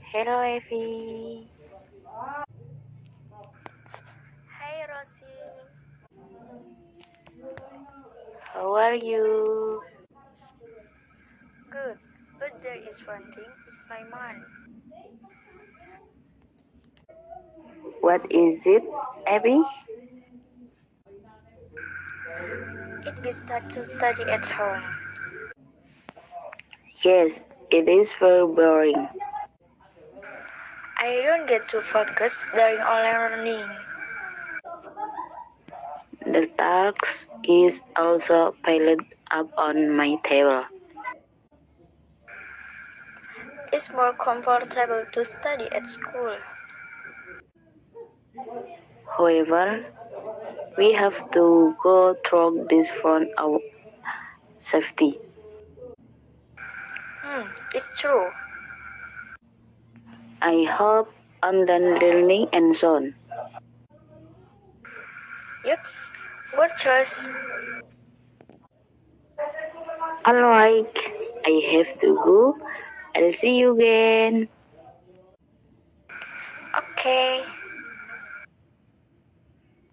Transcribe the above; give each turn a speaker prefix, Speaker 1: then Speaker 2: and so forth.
Speaker 1: Hello, Evie.
Speaker 2: Hi Rosie,
Speaker 1: How are you?
Speaker 2: good. But there is one thing, it's my mom.
Speaker 1: What is it, Abby?
Speaker 2: It is not to study at home.
Speaker 1: Yes, it is very boring.
Speaker 2: I don't get to focus during online learning.
Speaker 1: The task is also piled up on my table.
Speaker 2: It's more comfortable to study at school.
Speaker 1: However, we have to go through this for our safety.
Speaker 2: Hmm, it's true.
Speaker 1: I hope online learning and soon.
Speaker 2: Yups, good choice.
Speaker 1: Alright, I have to go. I'll see you again.
Speaker 2: Okay.